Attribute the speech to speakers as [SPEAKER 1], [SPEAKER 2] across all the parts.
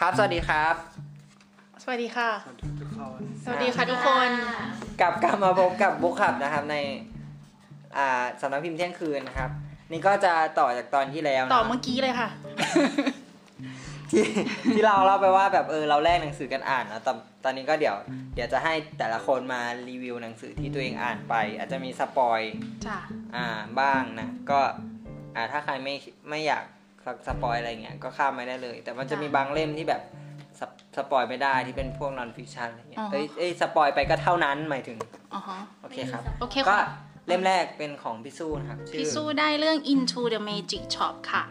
[SPEAKER 1] ครับ สวัสดีครับ
[SPEAKER 2] สวัสดีค่ะ
[SPEAKER 3] สวัสดีทุกคน
[SPEAKER 2] สวัสดีค่ะทุกคน
[SPEAKER 1] กลับกลับมาพบกับบุ๊คขับนะครับในอ่าสำนักพิมพ์เที่ยงคืนนะครับ นี่ก็จะต่อจากตอนที่แล้วนะ
[SPEAKER 2] ต่อเมื่อกี้เลยค่ะ
[SPEAKER 1] ที่ที่เราเล่าไปว่าแบบเออเราแลกหนังสือกันอ่านนะตอนตอนนี้ก็เดี๋ยวเดี๋ยวจะให้แต่ละคนมารีวิวหนังสือที่ตัวเองอ่านไป อาจจะมีสปอย
[SPEAKER 2] จ้ะ
[SPEAKER 1] อ่าบ้างนะก็อ่าถ้าใครไม่ไม่อยากสปอยอะไรเงี้ยก็ข้ามไม่ได้เลย แต่มันจะมีบางเล่มที่แบบสปสปอยไม่ได้ที่เป็นพวกนอนฟิคชันอะไรเงี้
[SPEAKER 2] อ๋
[SPEAKER 1] ย
[SPEAKER 2] อ
[SPEAKER 1] เอ้ยเอ้ยสปอยไปก็เท่านั้นหมายถึง
[SPEAKER 2] อ๋อฮะ
[SPEAKER 1] โอเคครับ
[SPEAKER 2] โอเค
[SPEAKER 1] ก็
[SPEAKER 2] ค่ะ
[SPEAKER 1] เล่มแรกเป็นของพี่สู้นะครับชื่อ
[SPEAKER 2] พี่สู้ได้เรื่อง Into the Magic Shop ค่ะ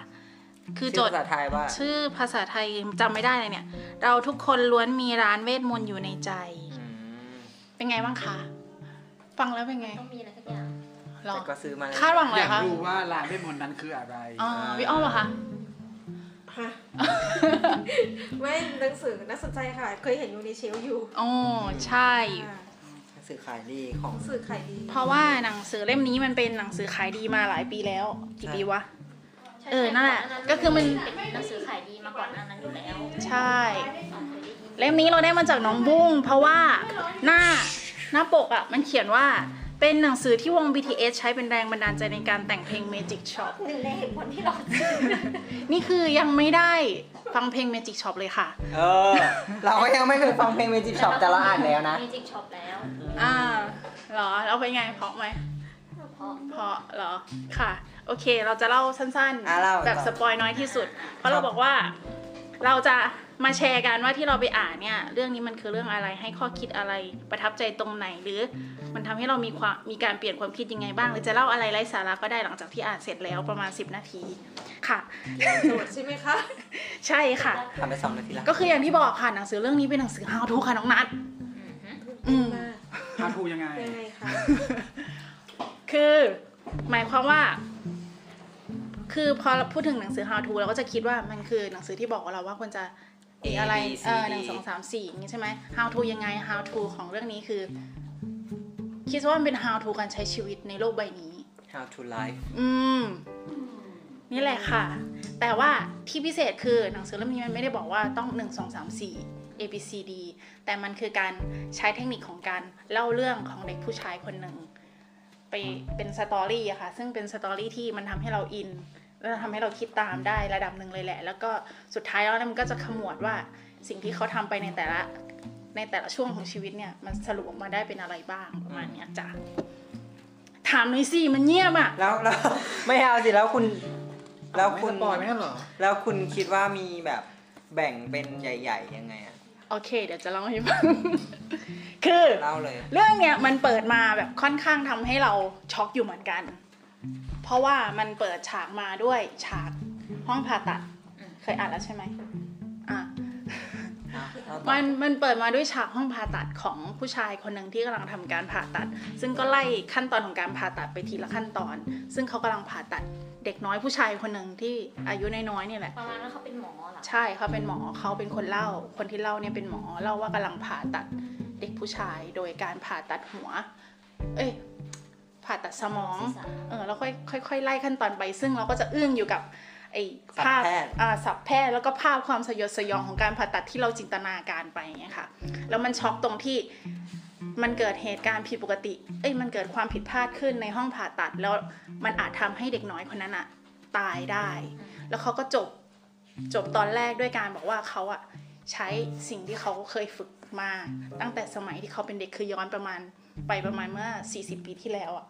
[SPEAKER 2] คือโจ
[SPEAKER 1] ชื่อภา
[SPEAKER 2] ทย์
[SPEAKER 1] ษาไทยว่า
[SPEAKER 2] ชื่อภาษาไทยจำไม่ได้เลยเนี่ย เราทุกคนล้วนมีร้านเวทมนต์อยู่ในใจ
[SPEAKER 1] อืม
[SPEAKER 2] เป็นไงบ้างคะ ฟังแล้วเป็นไง
[SPEAKER 4] ต้องมีอะไรสักอย่าง
[SPEAKER 2] หรอ
[SPEAKER 1] แต่ก็ซื้อมาเลย
[SPEAKER 2] คาดหวังเล
[SPEAKER 3] อย ยาก
[SPEAKER 2] คะ
[SPEAKER 3] รู้ว่าร้านเวทมนต์นั้นคืออะไร
[SPEAKER 2] อ๋อพี่อ้อมเหรอคะ
[SPEAKER 5] ฮะ ไม่หนังสือน่าสนใจค่ะ เคยเห็นอยู่ในเชลฟ์อยู่
[SPEAKER 2] โอ้ใช่
[SPEAKER 5] อ่า
[SPEAKER 1] หนังสือขายดีของ
[SPEAKER 5] หนังสือขายดี
[SPEAKER 2] เพราะว่าหนังสือเล่มนี้มันเป็นหนังสือขายดีมาหลายปีแล้ว กี่
[SPEAKER 1] ใช่
[SPEAKER 2] ปีวะ
[SPEAKER 4] ใช่
[SPEAKER 2] เออนั่นแหละ
[SPEAKER 4] ก่
[SPEAKER 2] ก็คือมัน
[SPEAKER 4] เป็นหนังสือขายดีมาก่อนหน้านั้นอยู่แล้ว
[SPEAKER 2] ใช่
[SPEAKER 4] ตอนเคยได้ยิน
[SPEAKER 2] เล่มนี้เราได้มาจากน้องบุ้งเพราะว่าหน้าหน้าปกอะ่ะ มันเขียนว่าเป็นหนังสือที่วง BTS ใช้เป็นแรงบันดาลใจในการแต่งเพลง Magic Shop
[SPEAKER 4] หนึ่งในเหตุผลที่เราซื้อ
[SPEAKER 2] นี่คือยังไม่ได้ฟังเพลง Magic Shop เลยค่ะ
[SPEAKER 1] เออ เราก็ยังไม่เคยฟังเพลงเมจิช็อปแต่เราอ่านแล้วนะ
[SPEAKER 4] มีจิกช็อปแล้ว
[SPEAKER 2] อ่าเหรอแล้วเป็นไงเพราะไหม
[SPEAKER 4] เพราะ
[SPEAKER 2] เพราะเหรอค่ะ โอเคเราจะเล่าสั้น
[SPEAKER 1] อ่ะเล่า
[SPEAKER 2] แบบสปอยน้อยที่สุด เพราะเราบอกว่าเราจะมาแชร์กันว่าที่เราไปอ่านเนี่ยเรื่องนี้มันคือเรื่องอะไรให้ข้อคิดอะไรประทับใจตรงไหนหรือ มันทำให้เรามีความมีการเปลี่ยนความคิดยังไงบ้าง หรือจะเล่าอะไรไร้สาระก็ได้หลังจากที่อ่านเสร็จแล้วประมาณ 10 นาทีค่ะ
[SPEAKER 5] โจทย์ใช่ไหมคะ
[SPEAKER 2] ใช่ค่ะ
[SPEAKER 1] ทำไปสองนาทีละ
[SPEAKER 2] ก็คืออย่างที่บอกค่ะหนังสือเรื่องนี้เป็นหนังสือ how to ค่ะน้องนัทอืม
[SPEAKER 5] มาก
[SPEAKER 3] ฮาทูยังไง
[SPEAKER 5] ยังไงคะ
[SPEAKER 2] คือหมายความว่า คือพอเราพูดถึงหนังสือ how to เราก็จะคิดว่ามันคือหนังสือที่บอกเราว่าควรจะมีอะไรเออหนึ่งสองสามสี่อย่างงี้ใช่ไหม how to ยังไง how to ของเรื่องนี้คือ คิดว่ามันเป็น how to การใช้ชีวิตในโลกใบนี้
[SPEAKER 1] 3 How to Life
[SPEAKER 2] อืม นี่แหละค่ะ แต่ว่าที่พิเศษคือหนังสือเล่มนี้มันไม่ได้บอกว่าต้อง 1 2 3 4 A B C D แต่มันคือการใช้เทคนิคของการเล่าเรื่องของเด็กผู้ชายคนหนึ่งไปเป็นสตอรี่อะค่ะ ซึ่งเป็นสตอรี่ที่มันทำให้เราอิน แล้วทำให้เราคิดตามได้ระดับหนึ่งเลยแหละ แล้วก็สุดท้ายแล้วมันก็จะขมวดว่าสิ่งที่เขาทำไปในแต่ละในแต่ละช่วงของชีวิตเนี่ย มันสรุปออกมาได้เป็นอะไรบ้างประมาณเนี้ยจ้ะถามหน่อยสิมันเงียบอะ
[SPEAKER 1] แล้วแล้ว ไม่เอาสิแล้วคุณ แล้วคุณ
[SPEAKER 3] ไม่สปอยไม่ใช่เหรอ
[SPEAKER 1] แล้วคุณคิดว่ามีแบบแบ่งเป็นใหญ่ๆยังไงอะ
[SPEAKER 2] โอเค เดี๋ยวจะเล่าให้ฟัง คือ
[SPEAKER 1] เล่าเลย
[SPEAKER 2] เรื่องเนี้ยมันเปิดมาแบบค่อนข้างทำให้เราช็อกอยู่เหมือนกัน เพราะว่ามันเปิดฉากมาด้วยฉากห้องผ่าตัด เคยอ่านแล้วใช่ไหมอ่ะ
[SPEAKER 1] อ่ะเล่าต่อ
[SPEAKER 2] มันมันเปิดมาด้วยฉากห้องผ่าตัดของผู้ชายคนหนึ่งที่กำลังทำการผ่าตัด ซึ่งก็ไล่ขั้นตอนของการผ่าตัดไปทีละขั้นตอน ซึ่งเขากำลังผ่าตัดเด็กน้อยผู้ชายคนหนึ่งที่อายุน้อยๆเนี่ยแหละ
[SPEAKER 4] ประมาณว่าเขาเป็นหมอเหรอ
[SPEAKER 2] ใช่เขาเป็นหมอเขาเป็นคนเล่า คนที่เล่าเนี่ยเป็นหมอเล่าว่ากำลังผ่าตัดเด็กผู้ชายโดยการผ่าตัดหัว เอ้ยผ่าตัดสมอง
[SPEAKER 4] ศีรษะ
[SPEAKER 2] เออแล้วค่อยค่อยค่อยไล่ขั้นตอนไป ซึ่งเราก็จะอึ้งอยู่กับไอ้
[SPEAKER 1] สับ
[SPEAKER 2] ภาพ
[SPEAKER 1] แพทย์
[SPEAKER 2] อ่าสับแพทย์แล้วก็ภาพความสยดสยองของการผ่าตัดที่เราจินตนาการไปอย่างเงี้ยค่ะ แล้วมันช็อกตรงที่มันเกิดเหตุการณ์ผิดปกติ เอ้ยมันเกิดความผิดพลาดขึ้นในห้องผ่าตัดแล้วมันอาจทำให้เด็กน้อยคนนั้นอะตายได้ แล้วเขาก็จบจบตอนแรกด้วยการบอกว่าเขาอะใช้สิ่งที่เขาเคยฝึกมาตั้งแต่สมัยที่เขาเป็นเด็กคือย้อนประมาณไปประมาณเมื่อ 40 ปีที่แล้วอะ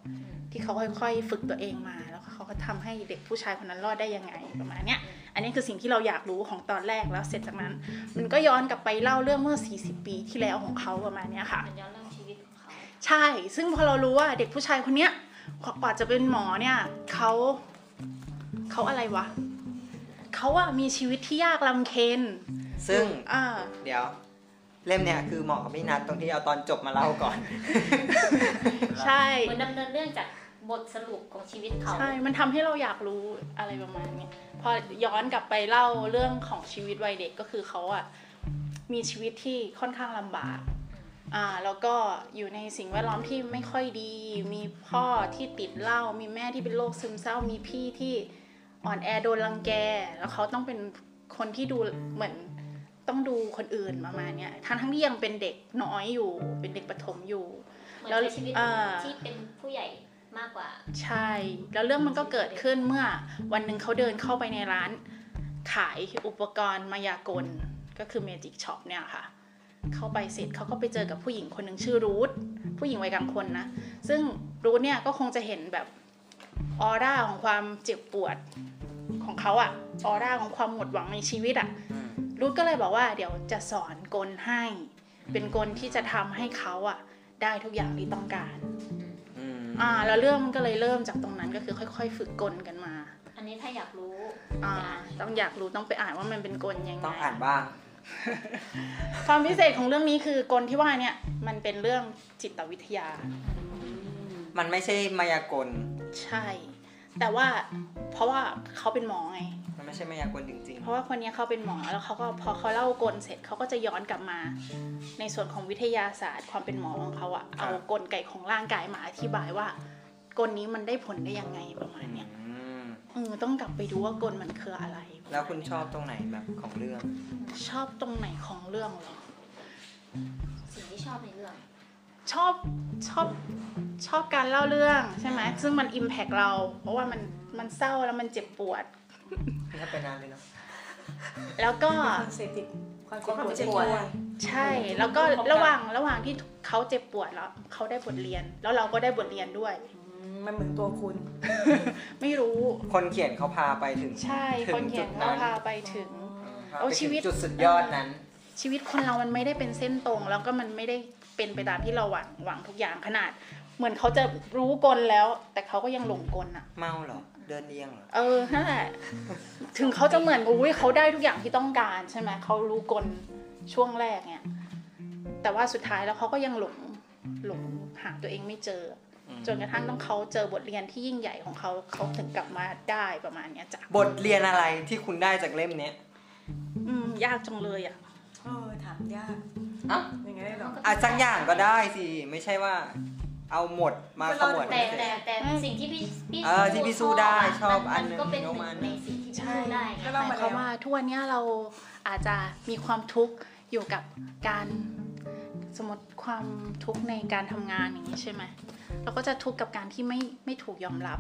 [SPEAKER 2] ที่เขาค่อยๆ ฝึกตัวเองมาแล้วเขาก็ทำให้เด็กผู้ชายคนนั้นรอดได้ยังไงประมาณเนี้ยอันนี้คือสิ่งที่เราอยากรู้ของตอนแรกแล้วเสร็จจากนั้น มันก็ย้อนกลับไปเล่าเรื่องเมื่อ 40 ปีที่แล้วของเขาประมาณเนี้ยค่ะ
[SPEAKER 4] มันย้อนเรื่องชีวิตของเขา
[SPEAKER 2] ใช่ ซึ่งพอเรารู้ว่าเด็กผู้ชายคนเนี้ยกว่ากว่าจะเป็นหมอเนี่ยเขาเขาอะไรวะเขาอะมีชีวิตที่ยากลำเค็ญ
[SPEAKER 1] ซึ่ง
[SPEAKER 2] อ่า
[SPEAKER 1] เดี๋ยว เล่มเนี่ยคือเหมาะกับพี่นัทตรงที่เอาตอนจบมาเล่าก่อน
[SPEAKER 2] ใช่
[SPEAKER 4] เหมือนดำเนินเรื่องจากบทสรุปของชีวิตเขา
[SPEAKER 2] ใช่ มันทำให้เราอยากรู้อะไรประมาณเนี้ยพอย้อนกลับไปเล่าเรื่องของชีวิตวัยเด็กก็คือเขาอะมีชีวิตที่ค่อนข้างลำบาก อ่าแล้วก็อยู่ในสิ่งแวดล้อมที่ไม่ค่อยดี มีพ่อที่ติดเหล้า มีแม่ที่เป็นโรคซึมเศร้า มีพี่ที่อ่อนแอโดนรังแก แล้วเขาต้องเป็นคนที่ดูเหมือน ต้องดูคนอื่นประมาณเนี้ยทั้งทั้งที่ยังเป็นเด็กน้อยอยู่ เป็นเด็กประถมอยู่
[SPEAKER 4] เหมือน
[SPEAKER 2] แล้ว
[SPEAKER 4] ใช้ชีวิต
[SPEAKER 2] อ่า
[SPEAKER 4] ที่เป็นผู้ใหญ่มากกว่า
[SPEAKER 2] ใช่ แล้วเรื่องมันก็เกิดขึ้นเมื่อวันหนึ่งเขาเดินเข้าไปในร้านขายอุปกรณ์มายากลก็คือเมจิกช็อปเนี่ยค่ะ เข้าไปเสร็จเขาก็ไปเจอกับผู้หญิงคนหนึ่งชื่อรูทผู้หญิงวัยกลางคนนะ ซึ่งรูทเนี่ยก็คงจะเห็นแบบออร่าของความเจ็บปวดของเขาอะออร่าของความหมดหวังในชีวิตอะ
[SPEAKER 1] อืม
[SPEAKER 2] รุดก็เลยบอกว่าเดี๋ยวจะสอนกลให้ เป็นกลที่จะทำให้เขาอะได้ทุกอย่างที่ต้องการ
[SPEAKER 1] อืม
[SPEAKER 2] อ่า แล้วเรื่องมันก็เลยเริ่มจากตรงนั้นก็คือค่อย ๆ ฝึกกลกันมา
[SPEAKER 4] อันนี้ถ้าอยากรู้
[SPEAKER 2] อ่า ต้องอยากรู้ต้องไปอ่านว่ามันเป็นกลยังไง
[SPEAKER 1] ต้องอ่านบ้าง
[SPEAKER 2] ความพิเศษของเรื่องนี้คือกลที่ว่าเนี่ยมันเป็นเรื่องจิตวิทยา
[SPEAKER 1] มันไม่ใช่มายากล
[SPEAKER 2] ใช่ แต่ว่าเพราะว่าเขาเป็นหมอไง
[SPEAKER 1] มันไม่ใช่มายากลจริง
[SPEAKER 2] เพราะว่าคนเนี้ยเขาเป็นหมอแล้วเขาก็พอเขาเล่ากลเสร็จเขาก็จะย้อนกลับมา ในส่วนของวิทยาศาสตร์ ความเป็นหมอของเขาอะเอากลไกของร่างกายมาอธิบายว่ากลนี้มันได้ผลได้ยังไงประมาณเนี้ย
[SPEAKER 1] ๆอืม
[SPEAKER 2] เออต้องกลับไปดูว่ากลมันคืออะไร
[SPEAKER 1] แล้วคุณชอบตรงไหนแบบของเรื่อง
[SPEAKER 2] ชอบตรงไหนของเรื่องเหรอ
[SPEAKER 4] สิ่งที่ชอบในเรื่อง
[SPEAKER 2] ชอบชอบชอบการเล่าเรื่องใช่ไหมซึ่งมันอิมแพกเรา เพราะว่ามันมันเศร้าแล้วมันเจ็บปวด
[SPEAKER 1] ถ้าเป็นนานเลยเนาะ
[SPEAKER 2] แล้วก็
[SPEAKER 5] ความเสพติด
[SPEAKER 6] ความ
[SPEAKER 5] ความเจ็
[SPEAKER 6] เจ็
[SPEAKER 5] บบ ป
[SPEAKER 6] ป
[SPEAKER 5] ว
[SPEAKER 6] ว
[SPEAKER 5] ด
[SPEAKER 6] ด
[SPEAKER 2] ใช่แล้วก็ระหว่างระหว่างที่เขาเจ็บปวดแล้วเขาได้บทเรียน แล้วเราก็ได้บทเรียนด้วย
[SPEAKER 6] มันเหมือนตัวคุณ
[SPEAKER 2] ไม่รู้
[SPEAKER 1] คนเขียนเขาพาไปถึง
[SPEAKER 2] ใช่
[SPEAKER 1] ถึ
[SPEAKER 2] คน
[SPEAKER 1] ง
[SPEAKER 2] เขี
[SPEAKER 1] จุ
[SPEAKER 2] ย
[SPEAKER 1] ด
[SPEAKER 2] นเขา
[SPEAKER 1] นั้น
[SPEAKER 2] พาไปถึง
[SPEAKER 1] พาไป
[SPEAKER 2] เอา
[SPEAKER 1] ถึง
[SPEAKER 2] ชีวิต
[SPEAKER 1] จุดสุดยอดนั้น
[SPEAKER 2] ชีวิตคนเรามันไม่ได้เป็นเส้นตรง แล้วก็มันไม่ได้เป็นไปตามที่เราหวังหวังทุกอย่างขนาด เหมือนเขาจะรู้กลแล้ว แต่เขาก็ยังหลงกลอ่ะ
[SPEAKER 1] เมาเหรอ เดินเดียงเหรอ
[SPEAKER 2] เออนั่นแหละถึงเขาจะเหมือนอุ้ยเขาได้ทุกอย่างที่ต้องการใช่ไหมเขารู้กลช่วงแรกเนี่ยแต่ว่าสุดท้ายแล้วเขาก็ยังหลงหลงหาตัวเองไม่เจอ
[SPEAKER 1] อืม
[SPEAKER 2] จนกระทั่งต้องเขาเจอบทเรียนที่ยิ่งใหญ่ของเขาเขาถึงกลับมาได้ประมาณเนี้ยจ้ะ
[SPEAKER 1] บทเรียนอะไรที่คุณได้จากเล่มเนี้ย
[SPEAKER 2] อืมยากจังเลยอ่ะ
[SPEAKER 6] เออ ถามยาก
[SPEAKER 1] เอ้า
[SPEAKER 6] ยังไงได้หรอ
[SPEAKER 1] อ่ะสักอย่างก็ได้สิ ไม่ใช่ว่า เอาหมดมาขมวด
[SPEAKER 4] แต่
[SPEAKER 1] ไม่เสร็จ
[SPEAKER 4] แต่แต่
[SPEAKER 2] ไม่
[SPEAKER 4] สิ่งที่พี่พี่
[SPEAKER 1] เออที่พี่สู้ได้ชอบอันหนึ่ง
[SPEAKER 4] มัก็เป็นห
[SPEAKER 1] โนมั
[SPEAKER 4] นึ่
[SPEAKER 1] น
[SPEAKER 4] งในสิ่งที่พี่สู้ได้ไง
[SPEAKER 6] ก็ลอง
[SPEAKER 2] ห
[SPEAKER 6] ม
[SPEAKER 2] มายความว่าทุกวันเนี้ยเราอาจจะมีความทุกข์อยู่กับการสมมติความทุกข์ในการทำงานอย่างนี้ใช่ไหมเราก็จะทุกข์กับการที่ไม่ไม่ถูกยอมรับ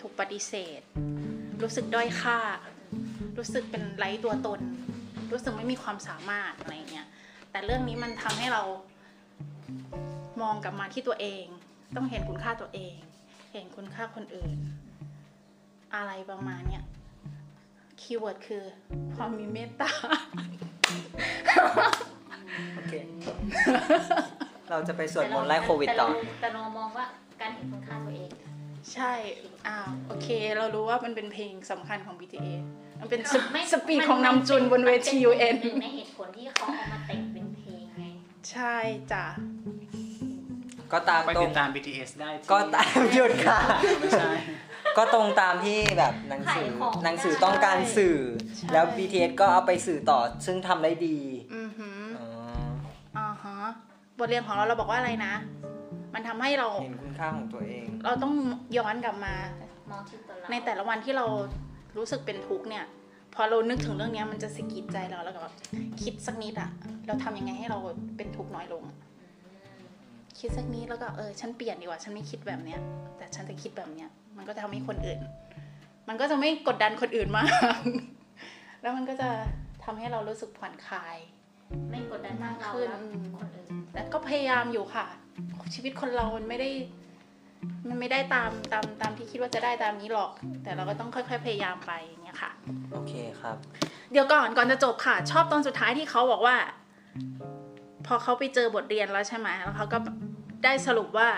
[SPEAKER 2] ถูกปฏิเสธ รู้สึกด้อยค่า รู้สึกเป็นไร้ตัวตน รู้สึกไม่มีความสามารถอะไรอย่างเงี้ยแต่เรื่องนี้มันทำให้เรามองกลับมาที่ตัวเอง ต้องเห็นคุณค่าตัวเอง เห็นคุณค่าคนอื่น อะไรประมาณเนี้ย คีย์เวิร์ดคือความมีเมตตา
[SPEAKER 1] โอ เค เราจะไปสวดมนต์ไล่โควิดต่อ
[SPEAKER 4] แต่เรามองว่าการเห็นคุณค่าตัวเอง
[SPEAKER 2] ใช่ อ่า โอเค เรารู้ว่ามันเป็นเพลงสำคัญของ BTS มันเป็นสป
[SPEAKER 4] ไม่
[SPEAKER 2] สปีดของนำจุนบนเวที
[SPEAKER 4] มัป็
[SPEAKER 2] UN
[SPEAKER 4] หงในเหตุผลที่เขาเอามาแต่งเป็นเพลงไง
[SPEAKER 2] ใช่จ้ะ
[SPEAKER 1] ก็ตาม
[SPEAKER 3] ไป
[SPEAKER 1] ตร
[SPEAKER 3] ติ
[SPEAKER 1] ง
[SPEAKER 3] ดตาม BTS ได้ที่
[SPEAKER 1] ก็ตามหยุดค่ะ
[SPEAKER 3] ไม่ใช่
[SPEAKER 1] ก็ตรงตามที่แบบหนังสือ
[SPEAKER 4] ขายของ
[SPEAKER 1] หนังสือ
[SPEAKER 4] ได้
[SPEAKER 1] ต้องการสื่อ
[SPEAKER 2] ใช่
[SPEAKER 1] แล้ว BTS ก็เอาไปสื่อต่อซึ่งทำได้ดี
[SPEAKER 2] อือหือ
[SPEAKER 1] อ๋อ
[SPEAKER 2] อ่าฮะ บทเรียนของเราเราบอกว่าอะไรนะ มันทำให้เรา
[SPEAKER 1] เห็นคุณค่าของตัวเอง
[SPEAKER 2] เราต้องย้อนกลับมา
[SPEAKER 4] มองที่ตัวเรา
[SPEAKER 2] ในแต่ละวันที่เรารู้สึกเป็นทุกข์เนี่ย พอเรานึกถึงเรื่องเนี้ยมันจะสะกิดใจเราแล้วก็แบบคิดสักนิดอะเราทำยังไงให้เราเป็นทุกข์น้อยลง คิดสักนิดแล้วก็เออฉันเปลี่ยนดีกว่าฉันไม่คิดแบบเนี้ย แต่ฉันจะคิดแบบเนี้ย มันก็จะทำให้คนอื่น มันก็จะไม่กดดันคนอื่นมาก แล้วมันก็จะทำให้เรารู้สึกผ่อนคลาย
[SPEAKER 4] ไม่กดดันมากเราแล้วคนอื่น
[SPEAKER 2] แต่ก็พยายามอยู่ค่ะ ชีวิตคนเรามันไม่ได้ มันไม่ได้ตามตามตามที่คิดว่าจะได้ตามนี้หรอก แต่เราก็ต้องค่อย ๆ พยายามไปอย่างเงี้ยค่ะ
[SPEAKER 1] โอเคครับ
[SPEAKER 2] เดี๋ยวก่อนก่อนจะจบค่ะ ชอบตอนสุดท้ายที่เขาบอกว่า พอเขาไปเจอบทเรียนแล้วใช่ไหมแล้วเขาก็ได้สรุปว่า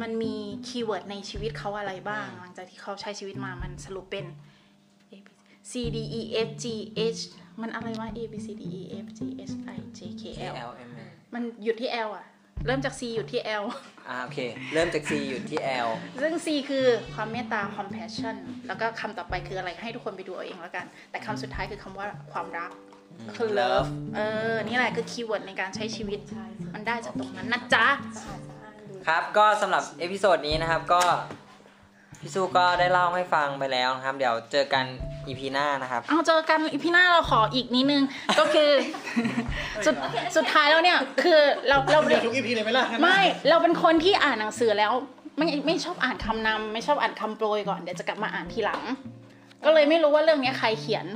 [SPEAKER 2] มันมีคีย์เวิร์ดในชีวิตเขาอะไรบ้าง หลังจากที่เขาใช้ชีวิตมามันสรุปเป็น A B C D E F G H มันอะไรวะ A B C D E F G H I J K L
[SPEAKER 1] L M
[SPEAKER 2] มันหยุดที่ L อ่ะ เริ่มจาก C หยุดที่ L
[SPEAKER 1] อ่าโอเค เริ่มจาก C หยุดที่ L
[SPEAKER 2] ซึ่ง C คือความเมตตา compassion แล้วก็คำต่อไปคืออะไรให้ทุกคนไปดูเอาเองแล้วกัน แต่คำสุดท้ายคือคำว่าความรัก คือ love เออ นี่แหละคือคีย์เวิร์ดในการใช้ชีวิต มันได้จากตรงนั้นนะจ๊ะ
[SPEAKER 5] สะอาดสะอ้านดู
[SPEAKER 1] ครับ ก็สำหรับเอพิโซดนี้นะครับ ก็ พี่สู้ก็ได้เล่าให้ฟังไปแล้วนะครับ เดี๋ยวเจอกันอีพีหน้านะครับ
[SPEAKER 2] เอาเจอกันอีพีหน้าเราขออีกนิดนึง ก็คือ สุดสุดท้ายแล้วเนี่ยคือเราเรา
[SPEAKER 3] เรียกทุกอีพีเลยไหมล่ะ
[SPEAKER 2] ไม่ เราเป็นคนที่อ่านหนังสือแล้ว ไม่ไม่ชอบอ่านคำนำไม่ชอบอ่านคำโปรยก่อนเดี๋ยวจะกลับมาอ่านทีหลัง ก็เลยไม่รู้ว่าเรื่องเนี้ยใครเขียน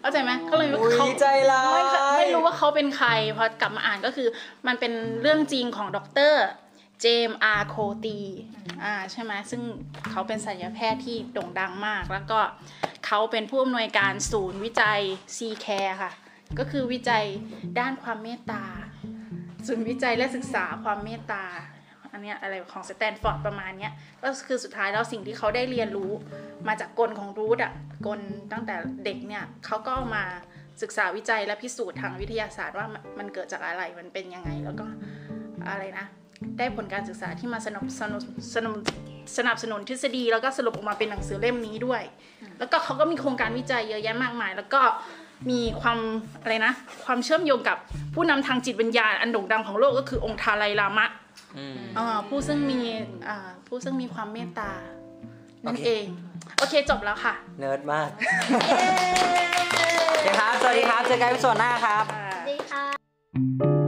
[SPEAKER 2] เข้าใจไหมก็เลยไม่
[SPEAKER 1] อุ๊ย
[SPEAKER 2] เขา
[SPEAKER 1] ใจร้าย
[SPEAKER 2] ไม่ไม่รู้ว่าเขาเป็นใครพอกลับมาอ่านก็คือ มันเป็นเรื่องจริงของดรเจมอาร์โคตีอ่าใช่ไหมซึ่งเขาเป็นศัลยแพทย์ที่โด่งดังมาก แล้วก็เขาเป็นผู้อำนวยการศูนย์วิจัย c c a r e ค่ะ ก็คือวิจัยด้านความเมตตา ศูนย์วิจัยและศึกษาความเมตตา อันเนี้ยอะไรของสแตนฟอร์ดประมาณเนี้ยก็คือสุดท้ายแล้วสิ่งที่เขาได้เรียนรู้มาจากกลของรูทอะกลตั้งแต่เด็กเนี่ยเขาก็เอามาศึกษาวิจัยและพิสูจน์ทางวิทยาศาสตร์ว่ามันมันเกิดจากอะไรมันเป็นยังไงแล้วก็อะไรนะ ได้ผลการศึกษาที่มาสนับสนุนสนับสนับสนุนทฤษฎี แล้วก็สรุปออกมาเป็นหนังสือเล่มนี้ด้วย แล้วก็เขาก็มีโครงการวิจัยเยอะแยะมากมาย แล้วก็มีความอะไรนะ ความเชื่อมโยงกับผู้นำทางจิตวิญญาณอันโด่งดังของโลกก็คือองค์ทาไลลามะ
[SPEAKER 1] อืม
[SPEAKER 2] อ่าผู้ซึ่งมีอ่าผู้ซึ่งมีความเมตตานั่น
[SPEAKER 1] โอเค
[SPEAKER 2] เอง โอเคจบแล้วค่ะ
[SPEAKER 1] เนิร์ดมากนะครับ สวัสดีครับ เจอกันในส่วนหน้าครับ
[SPEAKER 4] ดีค่ะ